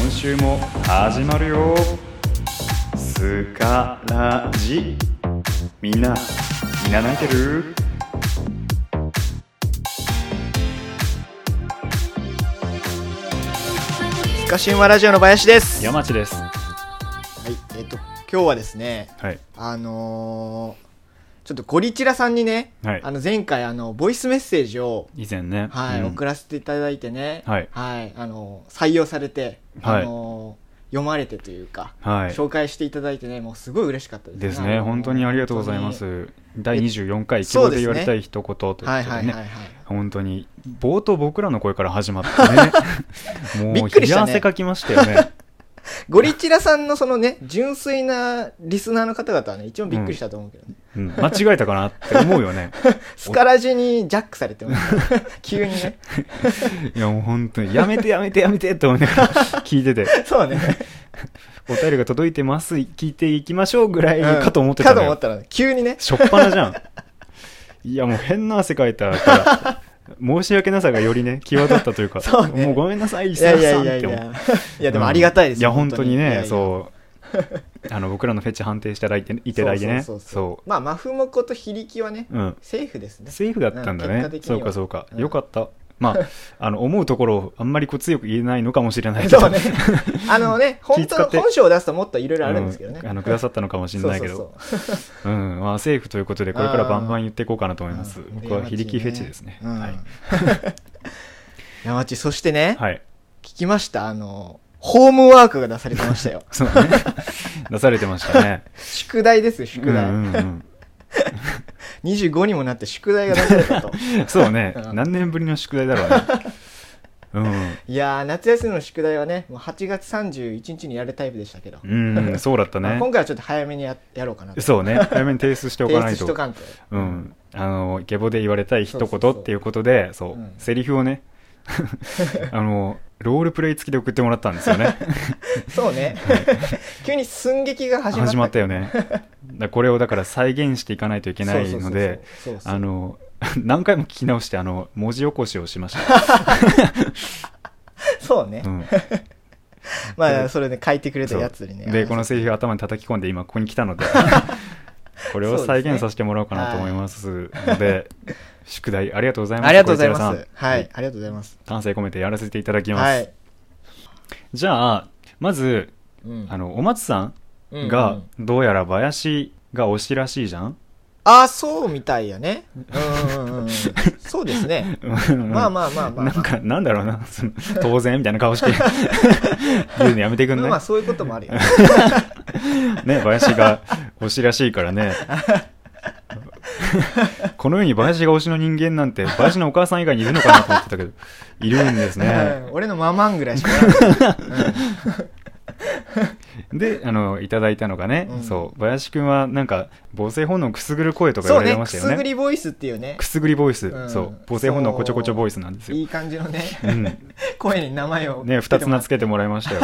今週も始まるよスカラジみんなみんな泣いてるスカシウマラジオの林です。はい、山地です。えっ、と、今日はですね、はいあのーちょっとゴリチラさんにね、はいあの前回あのボイスメッセージを、以前ね。はい、うん送らせていただいてね、はいあの採用されて、はいあのー読まれてというか、はい紹介していただいてね、もうすごい嬉しかったですね。ですあねのー本当にありがとうございま。本す第え24回希そう望ですで言わねれたい一言ということ当でね、にはいはいはいはい。本当に冒頭僕らの声から始ま ってねびもうっくり冷したねや汗かきましたよ ねゴリチラさんのそのね、純粋なリスナーの方々はね、一番びっくりしたと思うけど、ねうん、間違えたかなって思うよねスカラジにジャックされ てます。急にね。いやもう本当にやめてやめてやめてって思いながら聞いててそ うね。お便りが届いてます聞いていきましょうぐらいかと思ってたかのとよ、思ったら、急にね。しょっぱなじゃんいやもう変な汗かいたから申し訳なさがより ね際立ったというかそうねもうごめんなさいい石や田いやさんいやっいて思うや。いや、でもありがたいです。いや本当にねいやいやそうあの僕らのフェチ判定していただいていただいてねそうそうそうそうまあ、マフモコと非力はね、そううんセーフですね。セーフだったんだねうん結果的にそはうかそうか、うんよかったま ああの思うところをあんまりこう強く言えないのかもしれないけど そうね。あのね、本気使当って本性を出すともっといろいろあるんですけどね。うんあのくださったのかもしれないけどそうそううんまあ、セーフということでこれからバンバン言っていこうかなと思いますうん僕は非力フェチですね、うんはい、山地、そしてね、はい、。聞きました、あの、ホームワークが出されてましたよそうね 出されてましたね宿題ですよ、宿う題。んうん25にもなって宿題が出されたと。うん、そうねうん何年ぶりの宿題だろうねいやー、夏休みの宿題はね、もう8月31日にやるタイプでしたけど、うん、うん、そうだったまあね今回はちょっと早めにややろうかなと。そうね早めに提出しておかない提出しととかんと。うん、あの下ボで言われたい一そうそう言そうっていうことでそううんセリフを ねあのロールプレイ付きで送ってもらったんですよねそうね。急に寸劇が 始まった。始まったよねだこれをだから再現していかないといけないのでそうそうそうそう、あの 何回も聞き直してあの文字起こしをしました、そうねう。 んまあ、それで書いてくれたそうやつにね。でこのセリフを頭に叩き込んで今ここに来た のでこれを再現させてもらおうかなと思いますので宿題ありがとうございますありがとうござい小ま池す寺。さんはい、ありがとうございます。丹精込めてやらせていただきます、はい。じゃあまずうんあのお松さんうんうんがどうやら林が推しらしいじゃん、ああ、そうみたいやね。うんうんうんうん。そうですね。 まあまあまあまあなんかなんだろうなその当然みたいな顔して 言うのやめてくんまあねまあ、そういうこともあるよね。 ね林が推しらしいからね この世に林が推しの人間なんて林のお母さん以外にいるのかなと思ってたけど いるんですね うん俺のママンぐらいしかない。であのいただいたのがね、うんそう林くんはなんか母性本能くすぐる声 とか言そわうれね、てまくしたよすねぐりボイスっていうねく。すぐりボイス、うんそう母性本能こちょこちょボイスなんですよいい感じのね、うん声に名前を。ね、二つ名なつけてもらいましたよ。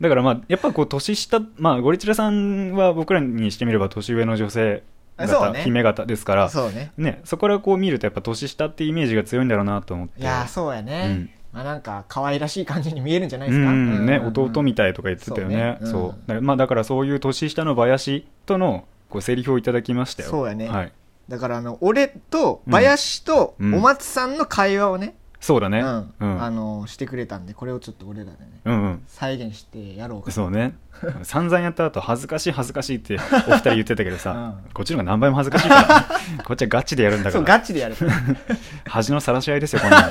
だからまあ、やっぱこう、年下、まあ、ゴリチラさんは僕らにしてみれば年上の女性そう方、ね姫方ですから、そうね。ね、そこからこう見るとやっぱ年下ってイメージが強いんだろうなと思って。いやー、そうやね。うんまあなんか、可愛らしい感じに見えるんじゃないうですか。ん、ね、弟みたいとか言ってたよね。そうねうんそう。だからまあ、だからそういう年下の林との、こう、セリフをいただきましたよ。そうやねはい。だから、あの、俺と、林と、おうん松さんの会話をね、そうだうね。ん、うん。あの、してくれたんで、これをちょっと俺らでね、うんうん再現してやろうか。そうね 散々やった後恥ずかしい恥ずかしいってお二人言ってたけどさ、こっちの方が何倍も恥ずかしいからこっちはガチでやるん だそかう、らガチでやるから。恥のさらし合いですよこんなの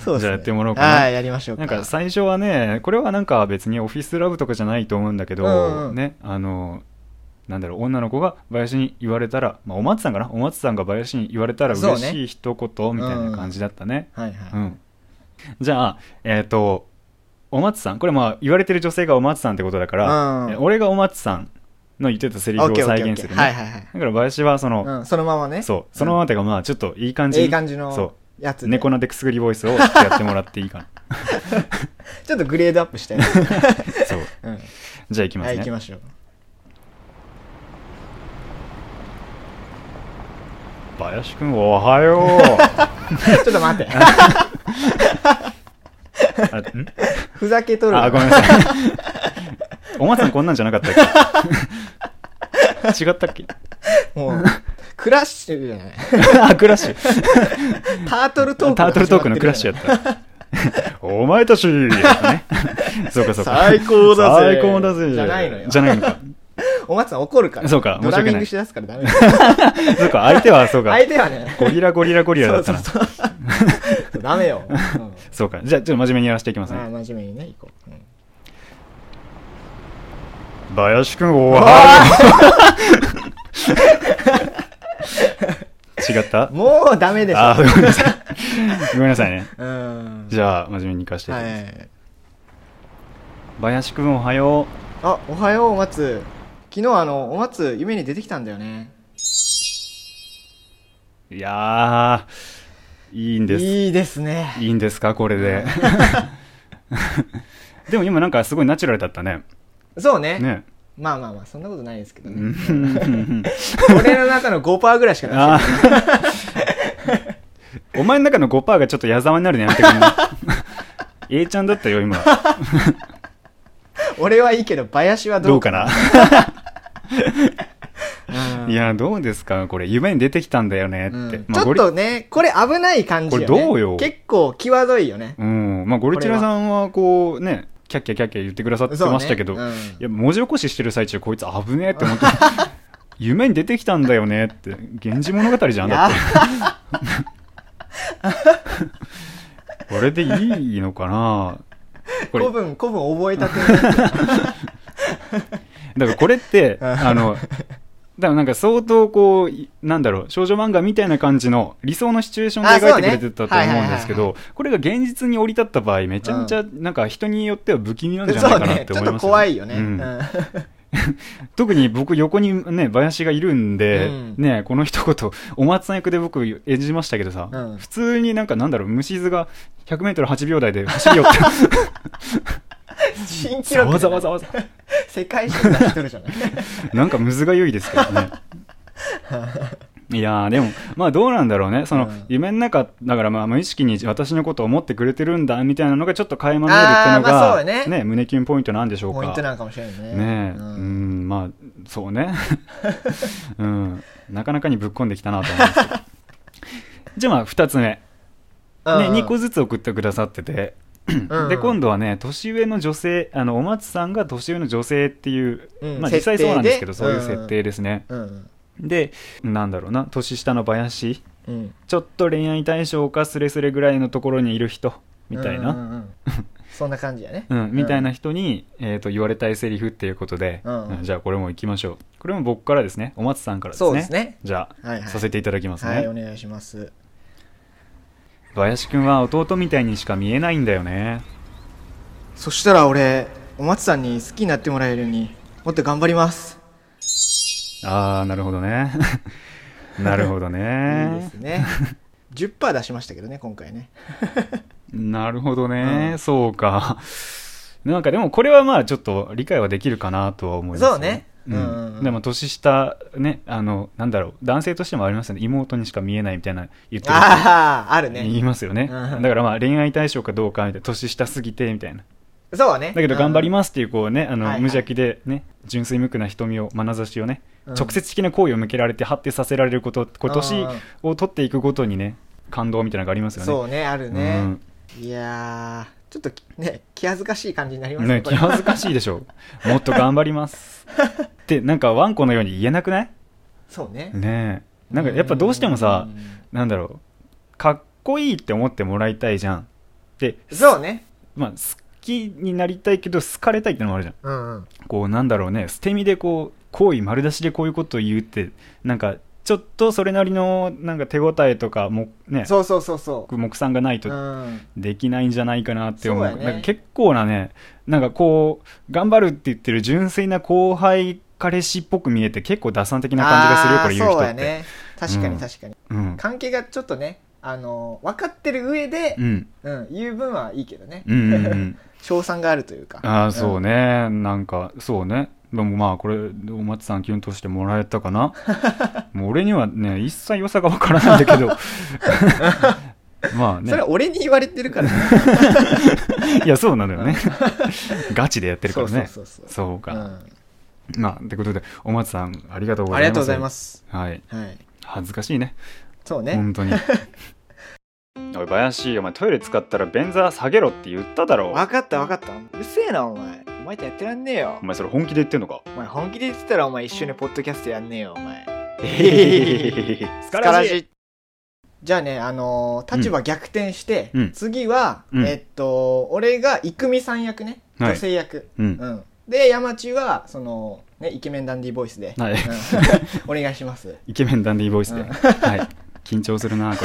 そうですね。じゃあやってもらおうかなはい、やりましょうなか。んか最初はねこれはなんか別にオフィスラブとかじゃないと思うんだけど、うんうんねあのなんだろう女の子が林に言われたら、まあ、お松さんかなお松さんが林に言われたらそう嬉ねしい一言みたいな感じだったねはいうんはい。じゃあえっ、とお松さんこれまあ言われてる女性がお松さんってことだから、うんえ俺がお松さんの言ってたセリフを再現するね、はいはいはい。だから林はその、うん、そのままね。そうそのままてかまあちょっといい感じにいい感じのそやつうで。猫のデクスグリボイスをやってもらっていいか なちょっとグレードアップした よね。そううんじゃあいきますはい、ね、行きましょう。林くんおはよ ちょっと待って。あんふざけとるわあ、ごめんな さい。お松さんこんなんじゃなかったっけ違ったっけもうクラッシュじゃないあ、クラッシュ。タートルトークタートルトークのクラッシュややった。お前たちやったね。そうかそうか。最高だぜ最高だぜ。じゃないのよじゃないのか。お松さん怒るからそうかド申しラ訳ないミングしだすからダメだよそうか、相手はそうか。相手はねゴリラゴリラゴリラだったな。そうそうそうそうダ メよ、うんか。じゃあ、ちょっと真面目にやらせていきますまあね。真面目にね行こう、うん林くん、おは よう。違ったもうダメでしょあ、ごめんなさい。 ごめんなさいね。うんじゃあ、真面目に行かせていただきます。はい林くん、おはよあおはようお松昨日あのお松夢に出てきたんだよねう。いやー、いいんです。いいですねいいんですかこれで でも今なんかすごいナチュラルだったねそうねね まあまあまあそんなことないですけどうんね俺の中の5%ぐらいしかないあーお前の中の5%がちょっと矢沢になるのやめてくん ない A ちゃんだったよ今俺はいいけど林はどどううかかななうんいやどうですかこれ夢に出てきたんだよねって、うんまあちょゴっリとねこれ危ない感じよ、ね、これどうよ結構際どいよねうんまあゴリチラさんはこうねキャッキャキャッキャ言ってくださってそうねましたけど、うんいや文字起こししてる最中こいつ危ねえって思って 夢に出てきたんだよねって「源氏物語」じゃんだってこれでいいのかなこれ古文古文覚えたてねだからこれってうんあのだからなんか相当こういなんだろう少女漫画みたいな感じの理想のシチュエーションであ描そういねてくれてたと思うんですけはどこれが現実に降り立った場合めちゃめちゃなんか人によっては不気味なんじゃないそかうなっねてち思ょっいとます怖いよね、ううんん特に僕横にね林がいるんで、うんねこの一言お松さん役で僕演じましたけどさ、うん普通になんかなんだろう虫図が 100m8 秒台で走り寄って新記 ざ録わじざゃなわいざわざ世界史の出しとるじゃないなんかむずがゆいですけど ねいやーでもまあどうなんだろうねその、うん夢の中だからまあ無意識に私のことを思ってくれてるんだみたいなのがちょっと垣間見えるっていうのあーまあが、そうね胸キュンポイントなんでしょうかポイントなのかもしれないねねえ、う、うんんまあそうね、 うん、なかなかにぶっこんできたなと思うんです けどじゃあまあ2つ目、ね、うん2個ずつ送ってくださってて、で今度はね年上の女性あのお松さんが年上の女性っていう、うんまあ実際そうなんですけど設そう定いでう設定ですね、うんでなんだろうな年下の林うんちょっと恋愛対象かスレスレぐらいのところにいる人みたいな、うんうんうんそんな感じやねうん、みたいな人に、えー、と言われたいセリフっていうことで、うんうんじゃあこれも行きましょうこれも僕からですねお松さんからですねそうですねじゃあ、はいはいさせていただきますね、はいお願いします林くんは弟みたいにしか見えないんだよねそしたら俺お松さんに好きになってもらえるようにもっと頑張りますああなるほどね なるほどねいいです ね10%出しましたけどね今回ねなるほどね、うんそうかなんかでもこれはまあちょっと理解はできるかなとは思いますそうねうんうんうんでも年下ねあのなんだろう男性としてもありますよね妹にしか見えないみたいな言ってる人あああるね言いますよね、うんだからまあ恋愛対象かどうかみたいな年下すぎてみたいなそうねだけど頑張りまますっていうこうねあのはいはい無邪気でね純粋無垢な瞳を眼差しをね、うん直接的な行為を向けられて発展させられることこう年を取っていくごとにね感動みたいなのがありますよねそうねあるねいやーちょっとね気恥ずかしい感じになりますね気これ恥ずかしいでし ょもっと頑張りますってなんかワンコのように言えなくないそうねねえなんかやっぱどうしてもさうんなんだろうかっこいいって思ってもらいたいじゃんでそうねまあ、好きになりたいけど好かれたいってのもあるじゃうんうんんこうなんだろうね捨て身でこう好意丸出しでこういうことを言うってなんかちょっとそれなりのなんか手応えとかもねそうそうそうそう目算がないうとんできないんじゃないかなって思うそうやねなんか結構なねなんかこう頑張るって言ってる純粋な後輩彼氏っぽく見えて結構打算的な感じがするよこれ言うあー人そうっやてね確かに確かにうん、関係がちょっとねあのー分かってる上でうん、うん言う分はいいけどねうんうんうん賞賛があるというかああそうね、なんかそうねでもまあこれお松さんキュンとしてもらえた かなもう俺にはね一切良さがわからないんだけどまあそれねは俺に言われてるからねいやそうなのよねガチでやってるからねそうそうそうそうそううか、んまあってことでお松さんありがとうござあいますりがとうございますはいはい恥ずかしいねそうね本当 におい林お前トイレ使ったら便座下げろって言っただろ分かった分かったうるせえなお前お前とやってらんねえよお前それ本気で言ってんのかお前本気で言ってたらお前一緒にポッドキャストやんねえよお 前 スカラジじゃあねあのー立場逆転して、うん次は、うんえっと俺が郁美さん役ねはい女性役、うんうんで山地はそのねイケメンダンディーボイスで、はいうん お願いしますイケメンダンディーボイスで、うんはい緊張するなこ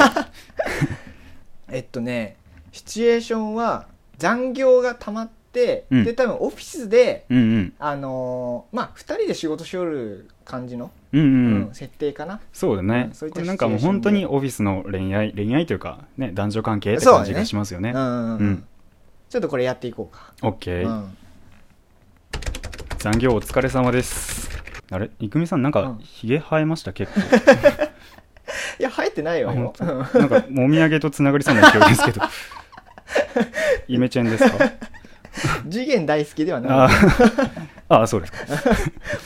れえっとねシチュエーションは残業がたまって、うんで多分オフィスで うんうんあのーまあ2人で仕事しおる感じの、うんうん、うん設定かなそうだねうん、そういっこたれなんかもうシチュ本エーションで当にオフィスの恋愛恋愛というかね男女関係って感じがしますよねうんうんううんんちょっとこれやっていこうか、オッケー、うん残業お疲れ様ですあれいくみさんなんうかんひげ生えました結構いや生えてないよあ本当うんなんかもみあげとつながりそうな勢いですけ どイメチェンですか次元大好きではあないーあーそうですか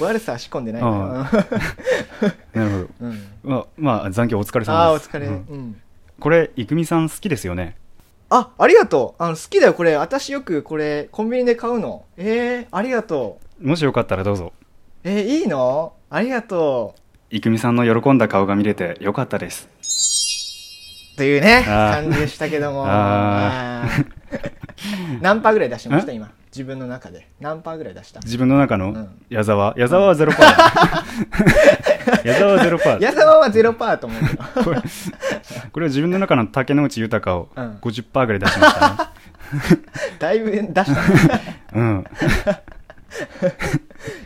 悪さは仕込んでないあからなるほどうんまあ、まあ、残業お疲れ様ですああお疲れ、ううんんこれいくみさん好きですよねあありがとうあの好きだよこれ私よくこれコンビニで買うのえー、ありがとうもしよかったらどうぞえー、いいのありがとういくみさんの喜んだ顔が見れてよかったですというねあー感じでしたけどもああー何パーぐらい出しました今自分の中で何パーぐらい出した自分の中うのん矢沢、矢沢はゼロパ ー矢沢はゼロパー矢沢は0パーと思うけどこ れこれは自分の中の竹之内豊をうん50%ぐらい出しました ねだいぶ出した ねうん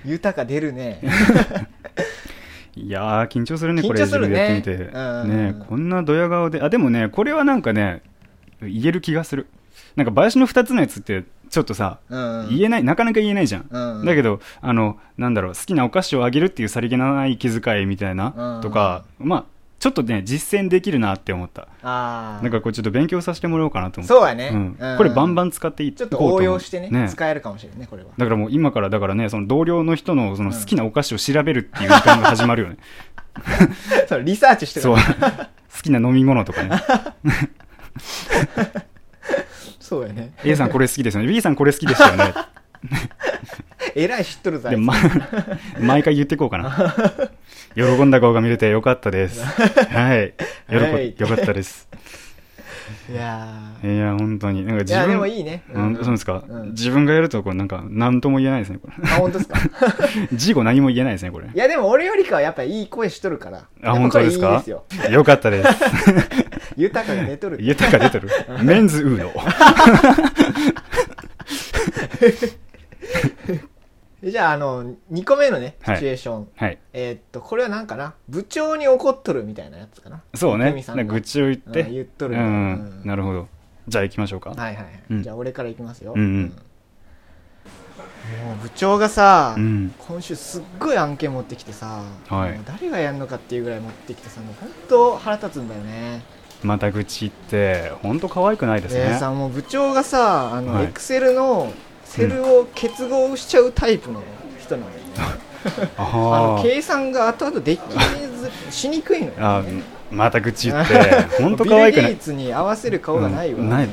豊か出るねいやー緊張するねこれ緊張す自る分でねやってみてうんねこんなドヤ顔であでもねこれはなんかね言える気がするなんか林の2つのやつってちょっとさうん言えないなかなか言えないじゃん、うんうんだけどあのなんだろう好きなお菓子をあげるっていうさりげのない気遣いみたいうんうなんとか、まあちょっとね実践できるなって思ったああなんかこれちょっと勉強させてもらおうかなと思ってそうやね、うんうんこれバンバン使っていいちょっと応用してねね使えるかもしれないねこれはだからもう今からだからねその同僚の人のその好きなお菓子を調べるっていう時間が始まる よね、そうリサーチしてるそう好きな飲み物とかねそうやね A さんこれ好きですよね B さんこれ好きですよねえらい知っとるぞあいで、つま、 毎回言ってこうか な喜んだ顔が見れてよかったですはい喜、はいよかったですいやいや本当になんかーい自や分でもいいね、うん、そうですか、うん自分がやるとこうなんか何とも言えないですね こあ本当ですかれ事後何も言えないですねこれいやでも俺よりかはやっぱいい声しとるからあやっぱ本当これですいいかですよよかったです豊かが出とる豊か出てるメンズウーノじゃああの2個目のねシチはいュエーション、はいえーっとこれは何かな部長に怒っとるみたいなやつかなそうね郁美さんがなんか愚痴を言って、うん言っとうるみたいな、んうんなるほどじゃあ行きましょうか、はいはいはい、うんじゃあ俺からいきますよ、うんうんもう部長がさ、うん今週すっごい案件持ってきてさ、はいもう誰がやるのかっていうぐらい持ってきてさもう本当腹立つんだよねまた愚痴って本当可愛くないですでねさもう部長がさあはのいエクセルのセルを結合しちゃうタイプの人なのよね、あのあー計算が後々できずしにくいのよ、あね、ーまた愚痴言 って本当可愛くなビル・ゲイいツに合わせる顔がないわ、うんない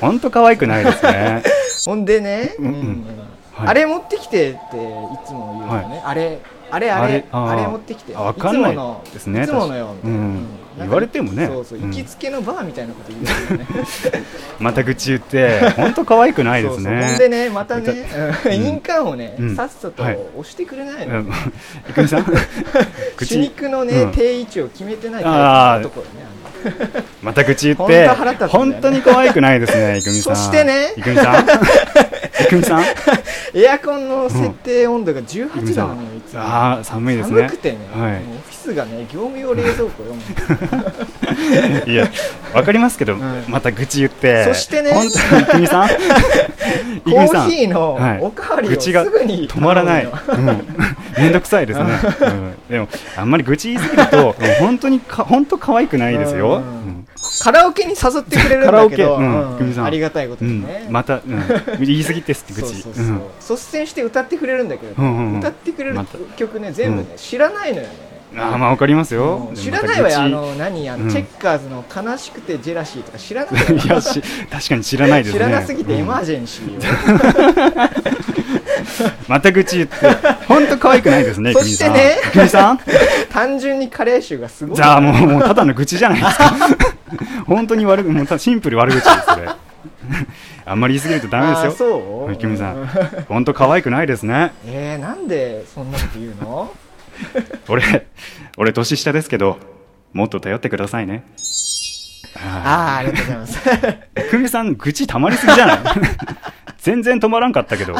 本当可愛くないです ねほんでね、うんうんはいあれ持ってきてっていつも言うのね、あれあれああれれああーれ持ってきてあわかんないつものですねいつものよみたいな、うんなんか言われてもねそうそううん行きつけのバーみたいなこと言うんですよねまた愚痴言って本当可愛く ないでそうすそうほんねでねまたね、うんうん印鑑をね、うんさっさとは押いしてくれないの、うんいくみさ ん愚主痴肉のね、うん定位置を決めてないタイプの男よねまた愚痴言ってほんと腹立つんだよね本当に可愛くないですねいくみさんそしてねいくみさ んいくみさんあの エアコンの設定温度が18度なのよいつもああ寒いですね寒くてね、はいもうオフィスがね業務用冷蔵 庫よもういや、わかりますけど、んまた愚痴言って。そしてね本当に、いくみ さん。いくコみさーん。ヒーのはいおかわり愚をす痴がぐに止まらない。頼むようん、めんどくさいですね。うん、でも、あんまり愚痴言いすぎると、本当にか、本当可愛くないですよ。うんうんカラオケに誘ってくれるんだけど、カラオケうん久美さんありがたいことうですんね、、また、うん、言い過ぎですってそう口そうそう、率先して歌ってくれるんだけど、うんうんうん歌ってくれるまた曲ね全部ね、う知らないのよねうん、ああまあわかりますようん知らないわよ、あまの何あの、うんチェッカーズの「悲しくてジェラシー」とか知らなたい愚わ痴よいやし確かに知らないですね知らなすぎてエマうーんジェン シーを、また愚痴言って本当可愛くないですねそして久美ねさん久美さん単純に加齢臭がすごいじゃあもうもうただの愚痴じゃないです か本当に悪くもうただシンプル悪口ですそれあんまり言い過ぎるとダメですあよーそうキムさうんん、本当可愛くないですね。えー、なんでそんなこと言うの俺、俺年下ですけど、もっと頼ってくださいね。あああありがとうございます あ、久美さん、愚痴たまりすぎじゃない 全然止まらんかったけど、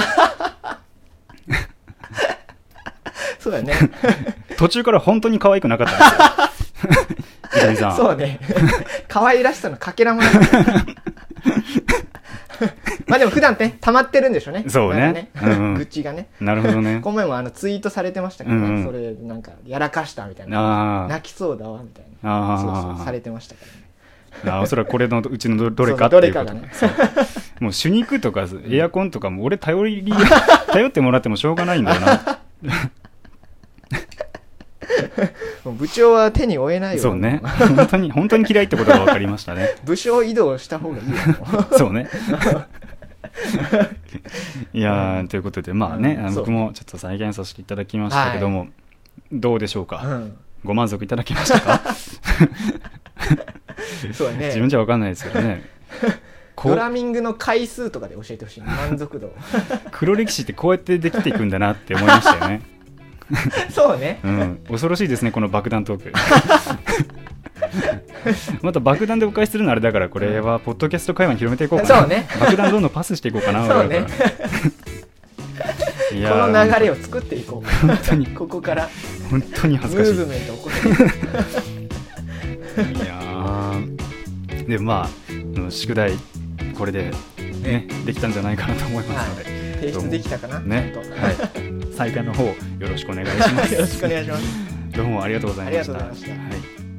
そ うだね途中から本当に可愛くなかったんですよ。久美さん。そうね 可愛らしさのかけらもない まあでも普段ね溜まってるんでしょうねそうねなんかねうんうん 愚痴がねなるほどね。 この前もあのツイートされてましたからね、うんうんそれなんかやらかしたみたいなああ泣きそうだわみたいあなーそうそうされてましたからねああ、おそらくこれのうちのどどれかってそういうどこれかがとね。そうもう主肉とかエアコンとかも俺頼 り、頼ってもらってもしょうがないんだよな。もう部長は手に負えないよそうね。本当に、本当に嫌いってことが分かりましたね。 部署移動した方がいいよそうね。いやーということで、まあね、うあんのそう僕もちょっと再現させていただきましたけども、どうでしょ ううか、んご満足いただけました か、そうだね自分じゃ分かんないですけど ね、こドラうミングの回数とかで教えて ほしい満足度黒歴史ってこうやってできていくんだなって思いましたよ ね。そうねうん、恐ろしいですね、この爆弾トーク。 また爆弾でお返しするのあれだから、これはポッドキャスト会話に広めていこうかな。そうね爆弾どんどんパスしていこうかな。そうねいこやーの流れを作っていこう本当に、ここから本当にム恥ずかしーいブ。メント起こしていやーでまああの宿題これでねできたんじゃないかなと思いますので、提出できたかなねちゃんと はい、再開の方よろしくお願いしますよろしくお願いしますどうもありがとうございましたありがとうございはましたい